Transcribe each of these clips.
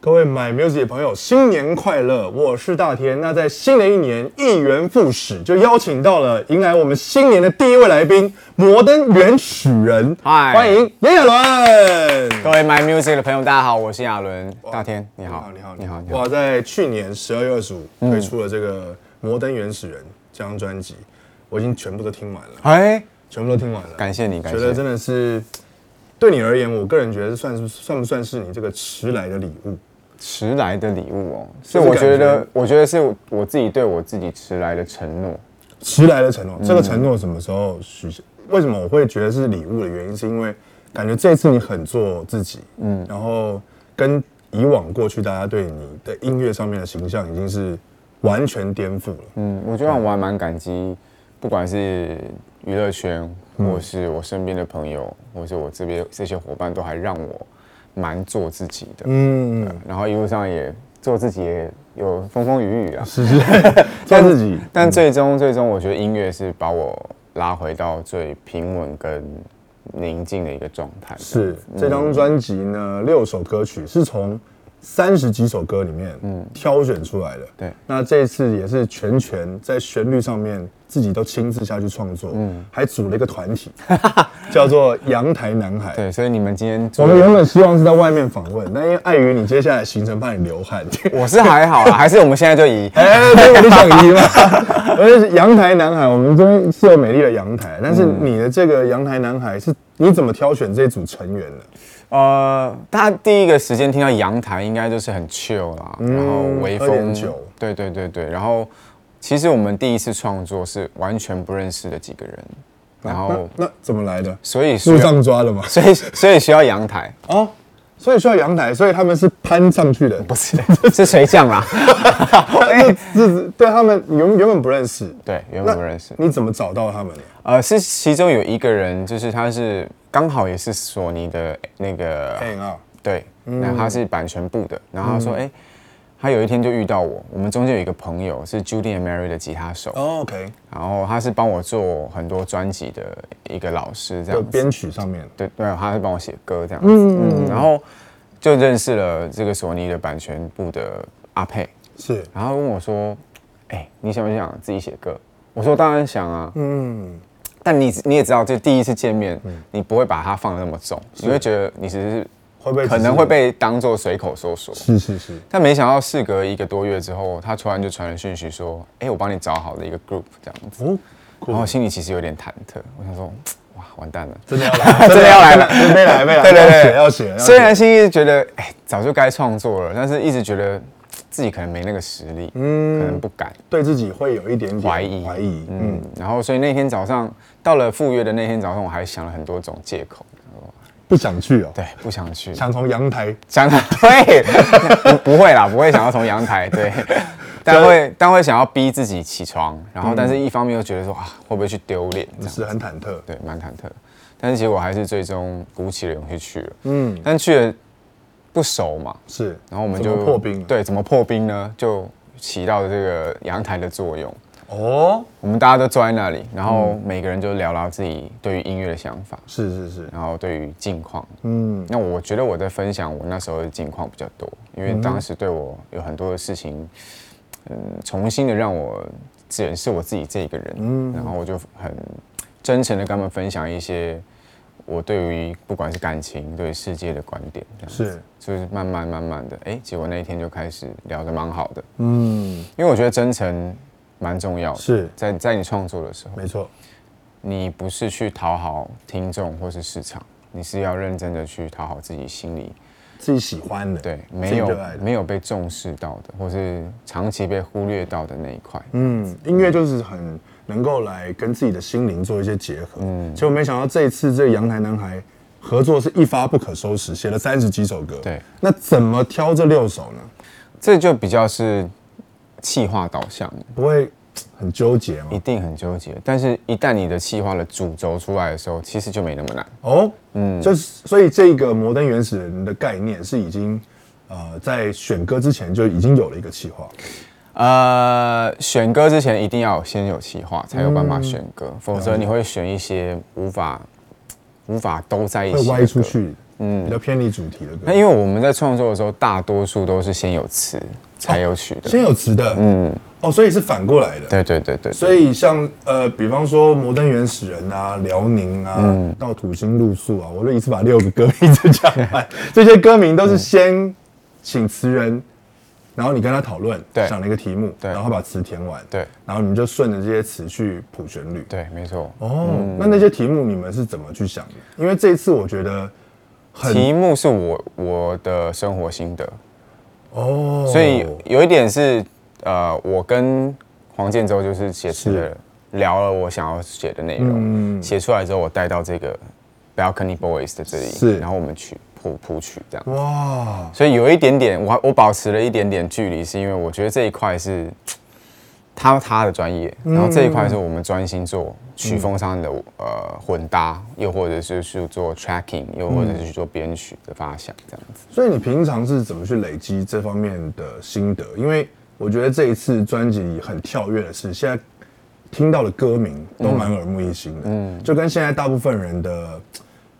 各位买 music 的朋友，新年快乐！我是大天。那在新的一年，一元复始，就邀请到了迎来我们新年的第一位来宾——摩登原始人。嗨欢迎炎亚纶。各位 My Music 的朋友，大家好，我是亚伦。大天，你好，你好，你好，你好。哇，在去年十二月二十五推出了这个《摩登原始人》这张专辑，我已经全部都听完了，哎，全部都听完了。感谢你，感觉得谢。真的是对你而言，我个人觉得算是算不算是你这个迟来的礼物？迟来的礼物哦，是就是我觉感得，我觉得是我我自己对我自己迟来的承诺。迟来的承嗯诺，这个承诺什么时候许下？为什么我会觉得是礼物的原因，是因为感觉这次你很做自己，嗯，然后跟以往过去大家对你的音乐上面的形象已经是完全颠覆了。嗯，我觉得我还蛮感激，不管是娱乐圈，嗯或是我身边的朋友，或是我这边这些伙伴，都还让我蛮做自己的。嗯，然后一路上也做自己，也有风风雨雨啊。是是，做自己，但最终最终，我觉得音乐是把我拉回到最平稳跟宁静的一个状态。是嗯这张专辑呢，六首歌曲是从三十几首歌里面挑选出来的。嗯对那这次也是全权在旋律上面自己都亲自下去创作，嗯还组了一个团体， 叫做阳台男孩。对，所以你们今天我做们原本希望是在外面访问，但因为碍于你接下来行程怕你流 汗，我是还好啊 啦，还是我们现在就以哎，对，我就想移嘛。 而且阳台男孩，我们这边是有美丽的阳台，但是你的这个阳台男孩是你怎么挑选这组成员的？呃，大家第一个时间听到阳台，应该就是很 chill 啦，然后微嗯喝点风酒，对对对对。然后其实我们第一次创作是完全不认识的几个人，然后啊那那怎么来的？所以需路要上抓的嘛。所以所以需要 阳台，哦，所以需要阳台，所以他们是攀上去的。 不是是谁啊降啦？那这是对他们原原本不认识，对，那原本不认识。你怎么找到他们的？呃，是其中有一个人，就是他是刚好也是索尼的那个， A R 对，嗯那、他是版权部的，然后他说，哎、他有一天就遇到我，我们中间有一个朋友是 Judy and Mary 的吉他手，哦，OK，然后他是帮我做很多专辑的一个老师，这就样子，编曲上面。对对，他是帮我写歌这样子，嗯，然后就认识了这个索尼的版权部的阿佩，是，然后问我说，哎、你想不想自己写歌？我说当然想啊，嗯，但你你也知道，就第一次见面，你不会把它放得那么重，你会觉得你只是会不会可能会？被当做随口说说。是是是，但没想到事隔一个多月之后，他突然就传了讯息说：“哎、我帮你找好了一个 group 这样子。哦，”然后我心里其实有点忐忑，我想说：“哇，完蛋了。”真的要来， 真的要来了真的没来没来，对对对，要写要写。虽然心里觉得，哎、早就该创作了，但是一直觉得自己可能没那个实力，嗯，可能不敢。对自己会有一点点怀疑，怀疑，嗯嗯，，然后所以那天早上到了赴约的那天早上，我还想了很多种借口，不想去哦， 对，不想去，想从阳台想对，不不会啦，不会想要从阳台 对，但会但会想要逼自己起床，然后但嗯是一方面又觉得说啊会不会去丢脸这样，是很忐忑，对，蛮忐忑。但是结果还是最终鼓起了勇气去了，嗯，但去了不熟嘛，是，然后我们怎么就破冰了，对，怎么破冰呢？就起到了这个阳台的作用。哦，我们大家都坐在那里，然后嗯每个人就聊聊自己对于音乐的想法，是是是，然后对于近况，嗯。那我觉得我在分享我那时候的近况比较多，因嗯为当时对我有很多的事情，嗯，重新的让我检视我自己这一个人，嗯然后我就很真诚的跟他们分享一些我对于不管是感情、对于世界的观点，这样子是，就是慢慢慢慢的，哎、结果那一天就开始聊得蛮好的，嗯，因为我觉得真诚蛮重要的，是在在你创作的时候，没错，你不是去讨好听众或是市场，你是要认真的去讨好自己心里。自己喜欢的，对，自己没热有爱的，没有被重视到的，或是长期被忽略到的那一块。嗯，音乐就是很能够来跟自己的心灵做一些结合，嗯，结果没想到这一次这个阳台男孩合作是一发不可收拾，写了三十几首歌，对，那怎么挑这六首呢？这就比较是气化导向，不会很纠结吗一？定很纠结。但是，一旦你的气化的主轴出来的时候，其实就没那么难。哦，嗯，就是所以这个摩登原始人的概念是已经。呃，在选歌之前就已经有了一个计划，呃，选歌之前一定要先有气化，才有办嗯法选歌，否则你会选一些无法无法都在一起的会歌，歪出去嗯，比较偏离主题的歌那。因为我们在创作的时候，大多数都是先有词才有曲的。先有词的，嗯，哦，所以是反过来的。对对对对，所以像呃，比方说《摩登原始人》啊，《辽宁》嗯啊，到《土星露宿》啊，我就一次把六个歌名就讲 完。这些歌名都是先请词人，然后你跟他讨论，对想了一个题目，对然后把词填完，对然后你们就顺着这些词去谱旋律。对，没错。哦，那那些题目你们是怎么去想的？因为这一次我觉得很题目是我我的生活心得，哦，所以有一点是呃，我跟黄建州就是写词的人聊了我想要写的内容，嗯写、出来之后我带到这个 Balcony Boys 的这里，是然后我们去谱谱曲这样。哇，所以有一点点，我还我保持了一点点距离，是因为我觉得这一块是他他的专业，嗯然后这一块是我们专心做曲风上的、呃混搭，又或者是去做 tracking，又或者是去做编曲的发想，这样子。所以你平常是怎么去累积这方面的心得？因为我觉得这一次专辑很跳跃的是，现在听到的歌名都蛮耳目一新的，嗯，就跟现在大部分人的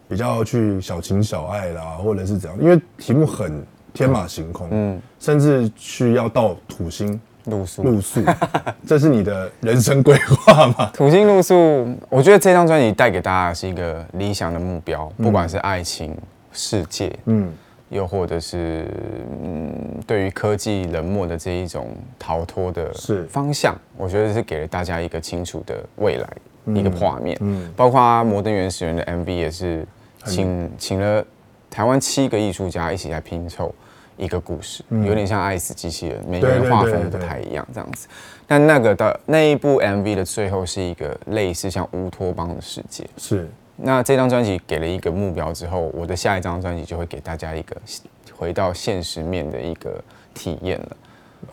比较去小情小爱啦，或者是怎样，因为题目很天马行空，嗯，甚至去要到土星露宿露宿，这是你的人生规划吗？土星露宿，我觉得这张专辑带给大家的是一个理想的目标，不管是爱情、世界，嗯，又或者是嗯，对于科技冷漠的这一种逃脱的是方向，我觉得是给了大家一个清楚的未来、一个画面。嗯，包括《摩登原始人》的 MV 也是请请了台湾七个艺术家一起来拼凑一个故事，有点像《爱死机器人》，每个对对人画对风不对太一样这样子。但那个的那一部 MV 的最后是一个类似像乌托邦的世界。 是，那这张专辑给了一个目标之后，我的下一张专辑就会给大家一个回到现实面的一个体验了。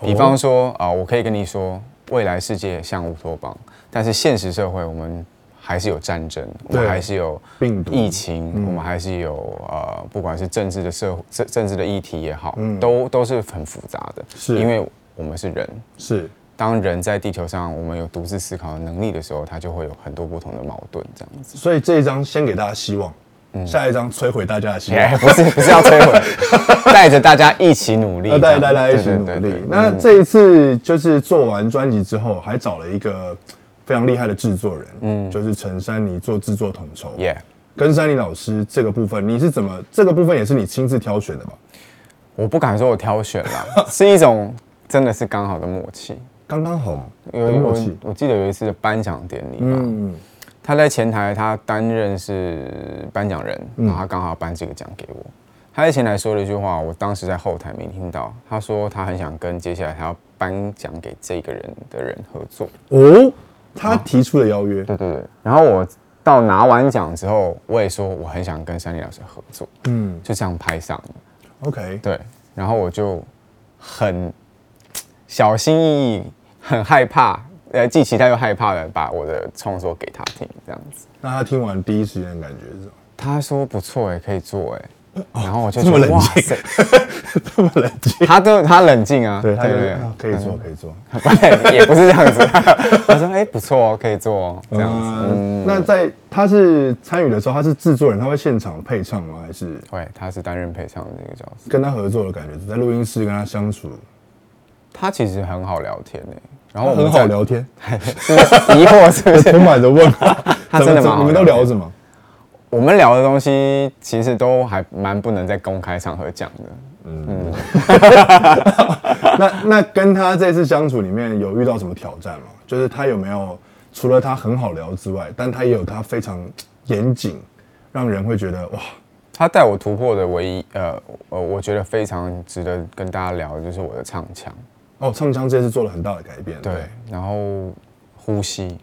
比方说啊、我可以跟你说，未来世界像乌托邦，但是现实社会我们还是有战争，我们对还是有病毒嗯疫情，我们还是有呃，不管是政治的社会政政治的议题也好，都都是很复杂的，嗯是因为我们是人，是，当人在地球上，我们有独自思考的能力的时候，它就会有很多不同的矛盾，这样子。所以这一张先给大家希望，嗯下一张摧毁大家的 希望。哎不是不是要摧毁，带着大家一起努力要，呃带大这样家一起对努对对力对。嗯那这一次就是做完专辑之后，还找了一个非常厉害的制作人，嗯，就是陈珊妮做制作统筹。 Yeah，跟珊妮老师这个部分，你是怎么？这个部分也是你亲自挑选的吧？我不敢说我挑选 啦，是一种真的是刚好的默契。刚刚好的有默我契。我记得有一次的颁奖典礼吧，嗯，他在前台，他担任是颁奖人，嗯然后他刚好颁这个奖给我。他在前台说了一句话，我当时在后台没听到。他说他很想跟接下来他要颁奖给这个人的人合作。哦，他提出了邀约，对对对。然后我到拿完奖之后，我也说我很想跟山里老师合作，嗯就这样拍上了。 ，OK，对，然后我就很小心翼翼，很害怕，呃，既期待又害怕的把我的创作给他听，这样子。那他听完第一时间的感觉是什么？ 他说不错哎，可以做哎，然后我就哦这觉么得冷哇静塞，这么冷静，他都他冷静啊， 对，他就是啊可对以做，可以做。对， 也不是这样 子。他说哎不错哦，可以做哦，这样子。嗯，那在他是参与的时候，他是制作人，他会现场配唱吗？还是对，他是担任配唱的这个角色，跟他合作的感觉，在录音室跟他相处，他其实很好聊天哎，然后我们很在好，聊天，是 疑惑是 不是？充满着问号。 他怎么真的怎蛮好么你们都聊聊天什么？我们聊的东西其实都还蛮不能在公开场合讲的。那那跟他这次相处里面有遇到什么挑战吗？就是他有没有除了他很好聊之外，但他也有他非常严谨，让人会觉得哇，他带我突破的唯一，呃呃，我觉得非常值得跟大家聊的就是我的唱腔，哦，唱腔这次做了很大的改变。对，，然后呼吸。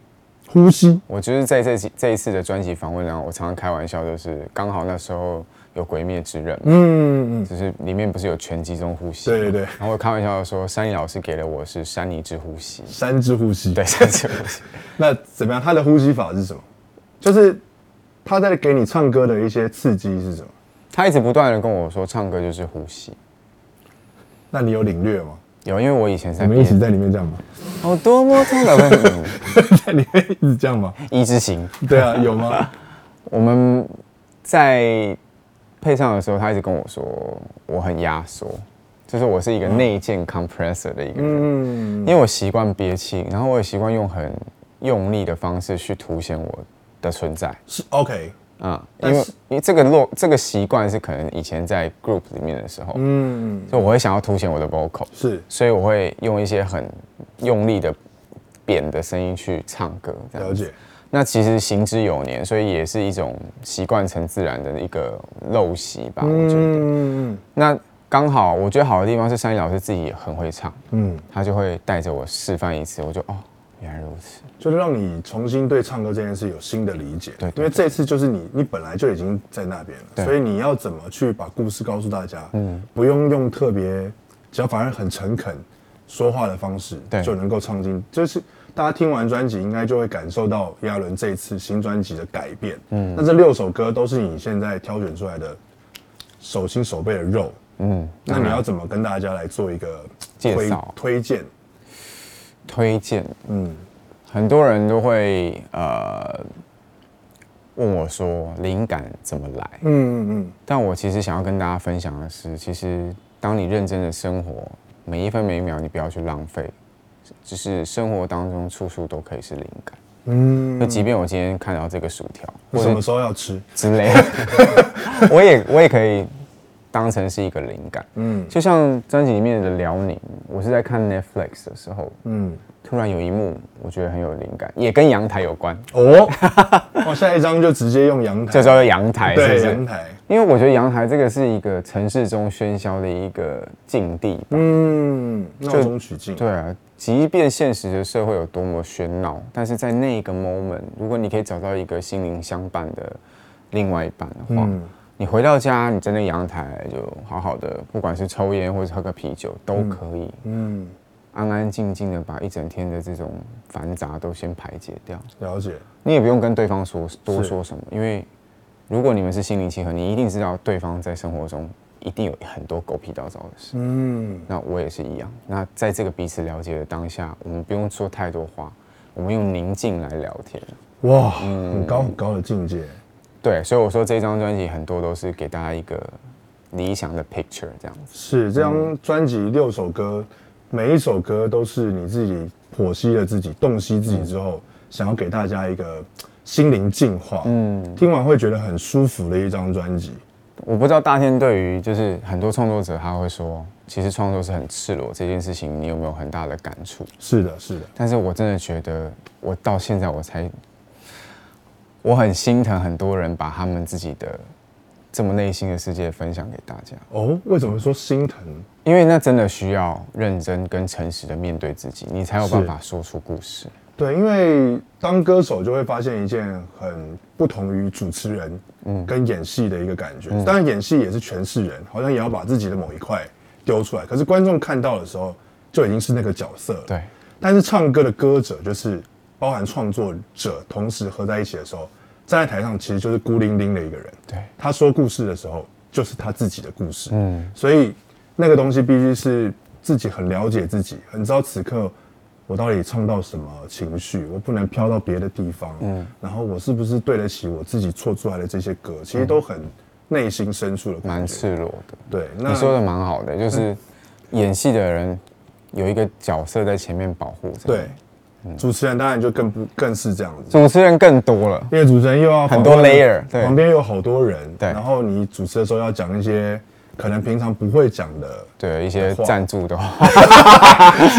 呼吸我就是在这几这一次的专辑访问上，我常常开玩笑，就是刚好那时候有《鬼灭之刃》，嗯嗯，就是里面不是有全集中呼吸吗，对对对然后我开玩笑的说，山里老师给了我是山里之呼吸，三支呼吸。对，山之呼吸。那怎么样？他的呼吸法是什么？就是他在给你唱歌的一些刺激是什么？ 他一直不断的跟我说，唱歌就是呼吸。那你有领略吗？有，因为我以前在你们一编起在里面这样吗？ 好多么痛的问题， 在里面一直这样吗？一之行，对啊，有吗？我们在配唱的时候，他一直跟我说我很压缩，就是我是一个内建 compressor 的一个人，嗯，因为我习惯憋气，然后我也习惯用很用力的方式去凸显我的存在。是 OK，嗯，因但为是因为这个落这个习惯是可能以前在 group 里面的时候，嗯，所以我会想要凸显我的 vocal，是所以我会用一些很用力的扁的声音去唱歌，这样了子。解，那其实行之有年，所以也是一种习惯成自然的一个陋习吧，我觉得。嗯那刚好，我觉得好的地方是山里老师自己也很会唱，嗯，他就会带着我示范一次，我就哦，原来如此，就是让你重新对唱歌这件事有新的理解，对对因为这次就是你你本来就已经在那边了，对所以你要怎么去把故事告诉大家，嗯，不用用特别，只要反而很诚恳说话的方式，对就能够唱进，就是。大家听完专辑，应该就会感受到亚伦这一次新专辑的改变。嗯，那这六首歌都是你现在挑选出来的手心手背的肉，嗯，那你要怎么跟大家来做一个介推绍推荐？推荐嗯，很多人都会呃问我说灵感怎么来，嗯嗯但我其实想要跟大家分享的是，其实当你认真的生活，每一分每一秒你不要去浪费，就是生活当中处处都可以是灵感。嗯那嗯，即便我今天看到这个薯条你或什么者时候要吃？之类的，我也我也可以当成是一个灵感。嗯就像专辑里面的《辽宁》，我是在看 Netflix 的时候，嗯，突然有一幕我觉得很有灵感，也跟阳台有关。 哦，哇，下一张就直接用阳台，这时候阳台是不对是？阳台，因为我觉得阳台这个是一个城市中喧嚣的一个境地吧。嗯，闹中取静，对啊，即便现实的社会有多么喧闹，但是在那个 moment，如果你可以找到一个心灵相伴的另外一半的话，嗯你回到家，你站在阳台就好好的，不管是抽烟或者喝个啤酒都可以，嗯，安安静静的把一整天的这种繁杂都先排解掉。了解，你也不用跟对方说多说什么，因为如果你们是心灵契合，你一定知道对方在生活中一定有很多狗屁倒灶的事。嗯，那我也是一样。那在这个彼此了解的当下，我们不用说太多话，我们用宁静来聊天。哇，很高很高的境界，对，所以我说这张专辑很多都是给大家一个理想的 picture 这样子。是这张专辑六首歌，每一首歌都是你自己剖析了自己、洞悉自己之后，想要给大家一个心灵净化，嗯，听完会觉得很舒服的一张专辑，我不知道大天对于就是很多创作者他会说，其实创作是很赤裸这件事情，你有没有很大的感触？是的，是的，但是我真的觉得，我到现在我才，我很心疼很多人把他们自己的这么内心的世界分享给大家，哦，为什么说心疼？因为那真的需要认真跟诚实的面对自己，你才有办是法说出故事。对，因为当歌手就会发现一件很不同于主持人，跟演戏的一个感觉。当然，演戏也是诠释人，好像也要把自己的某一块丢出来。可是观众看到的时候，就已经是那个角色了。对，但是唱歌的歌者就是包含创作者，同时合在一起的时候，站在台上其实就是孤零零的一个人。对，他说故事的时候，就是他自己的故事。嗯，所以那个东西必须是自己很了解自己，很知道此刻我到底唱到什么情绪，我不能飘到别的地方。嗯，然后我是不是对得起我自己做出来的这些歌？其实都很内心深处的嗯蛮感觉。赤裸的。对，那你说的蛮好的，就是演戏的人有一个角色在前面保护着。对，，嗯主持人当然就更不更是这样子。主持人更多了。因为主持人又要很多访问 layer，对旁边有好多人，对然后你主持的时候要讲一些可能平常不会讲 的对一些话赞助的话，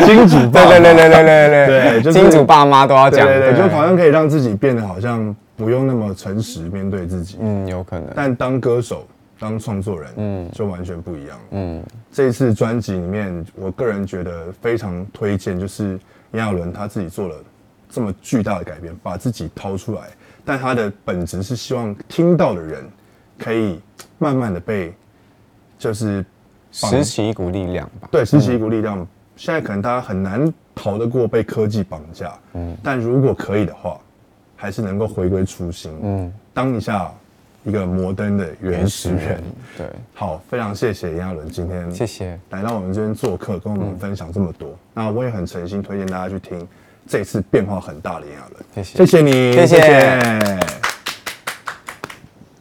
金主爸爸，对对对对对对对就是 金主爸妈都要对讲，对对，就好像可以让自己变得好像不用那么诚实面对自己，嗯，有可能。但当歌手、当创作人，嗯，就完全不一样了。嗯，这一次专辑里面，我个人觉得非常推荐，就是炎亚纶他自己做了这么巨大的改变，把自己掏出来，但他的本质是希望听到的人可以慢慢的被，就是拾起一股力量吧。对，拾起一股力量。现在可能大家很难逃得过被科技绑架，嗯，但如果可以的话，还是能够回归初心，嗯，当一下一个摩登的原始人。嗯对，好，非常谢谢炎亚纶今天谢嗯谢，来到我们这边做客，跟我们分享这么多。那我也很诚心推荐大家去听这次变化很大的炎亚纶，谢谢谢谢你，谢谢谢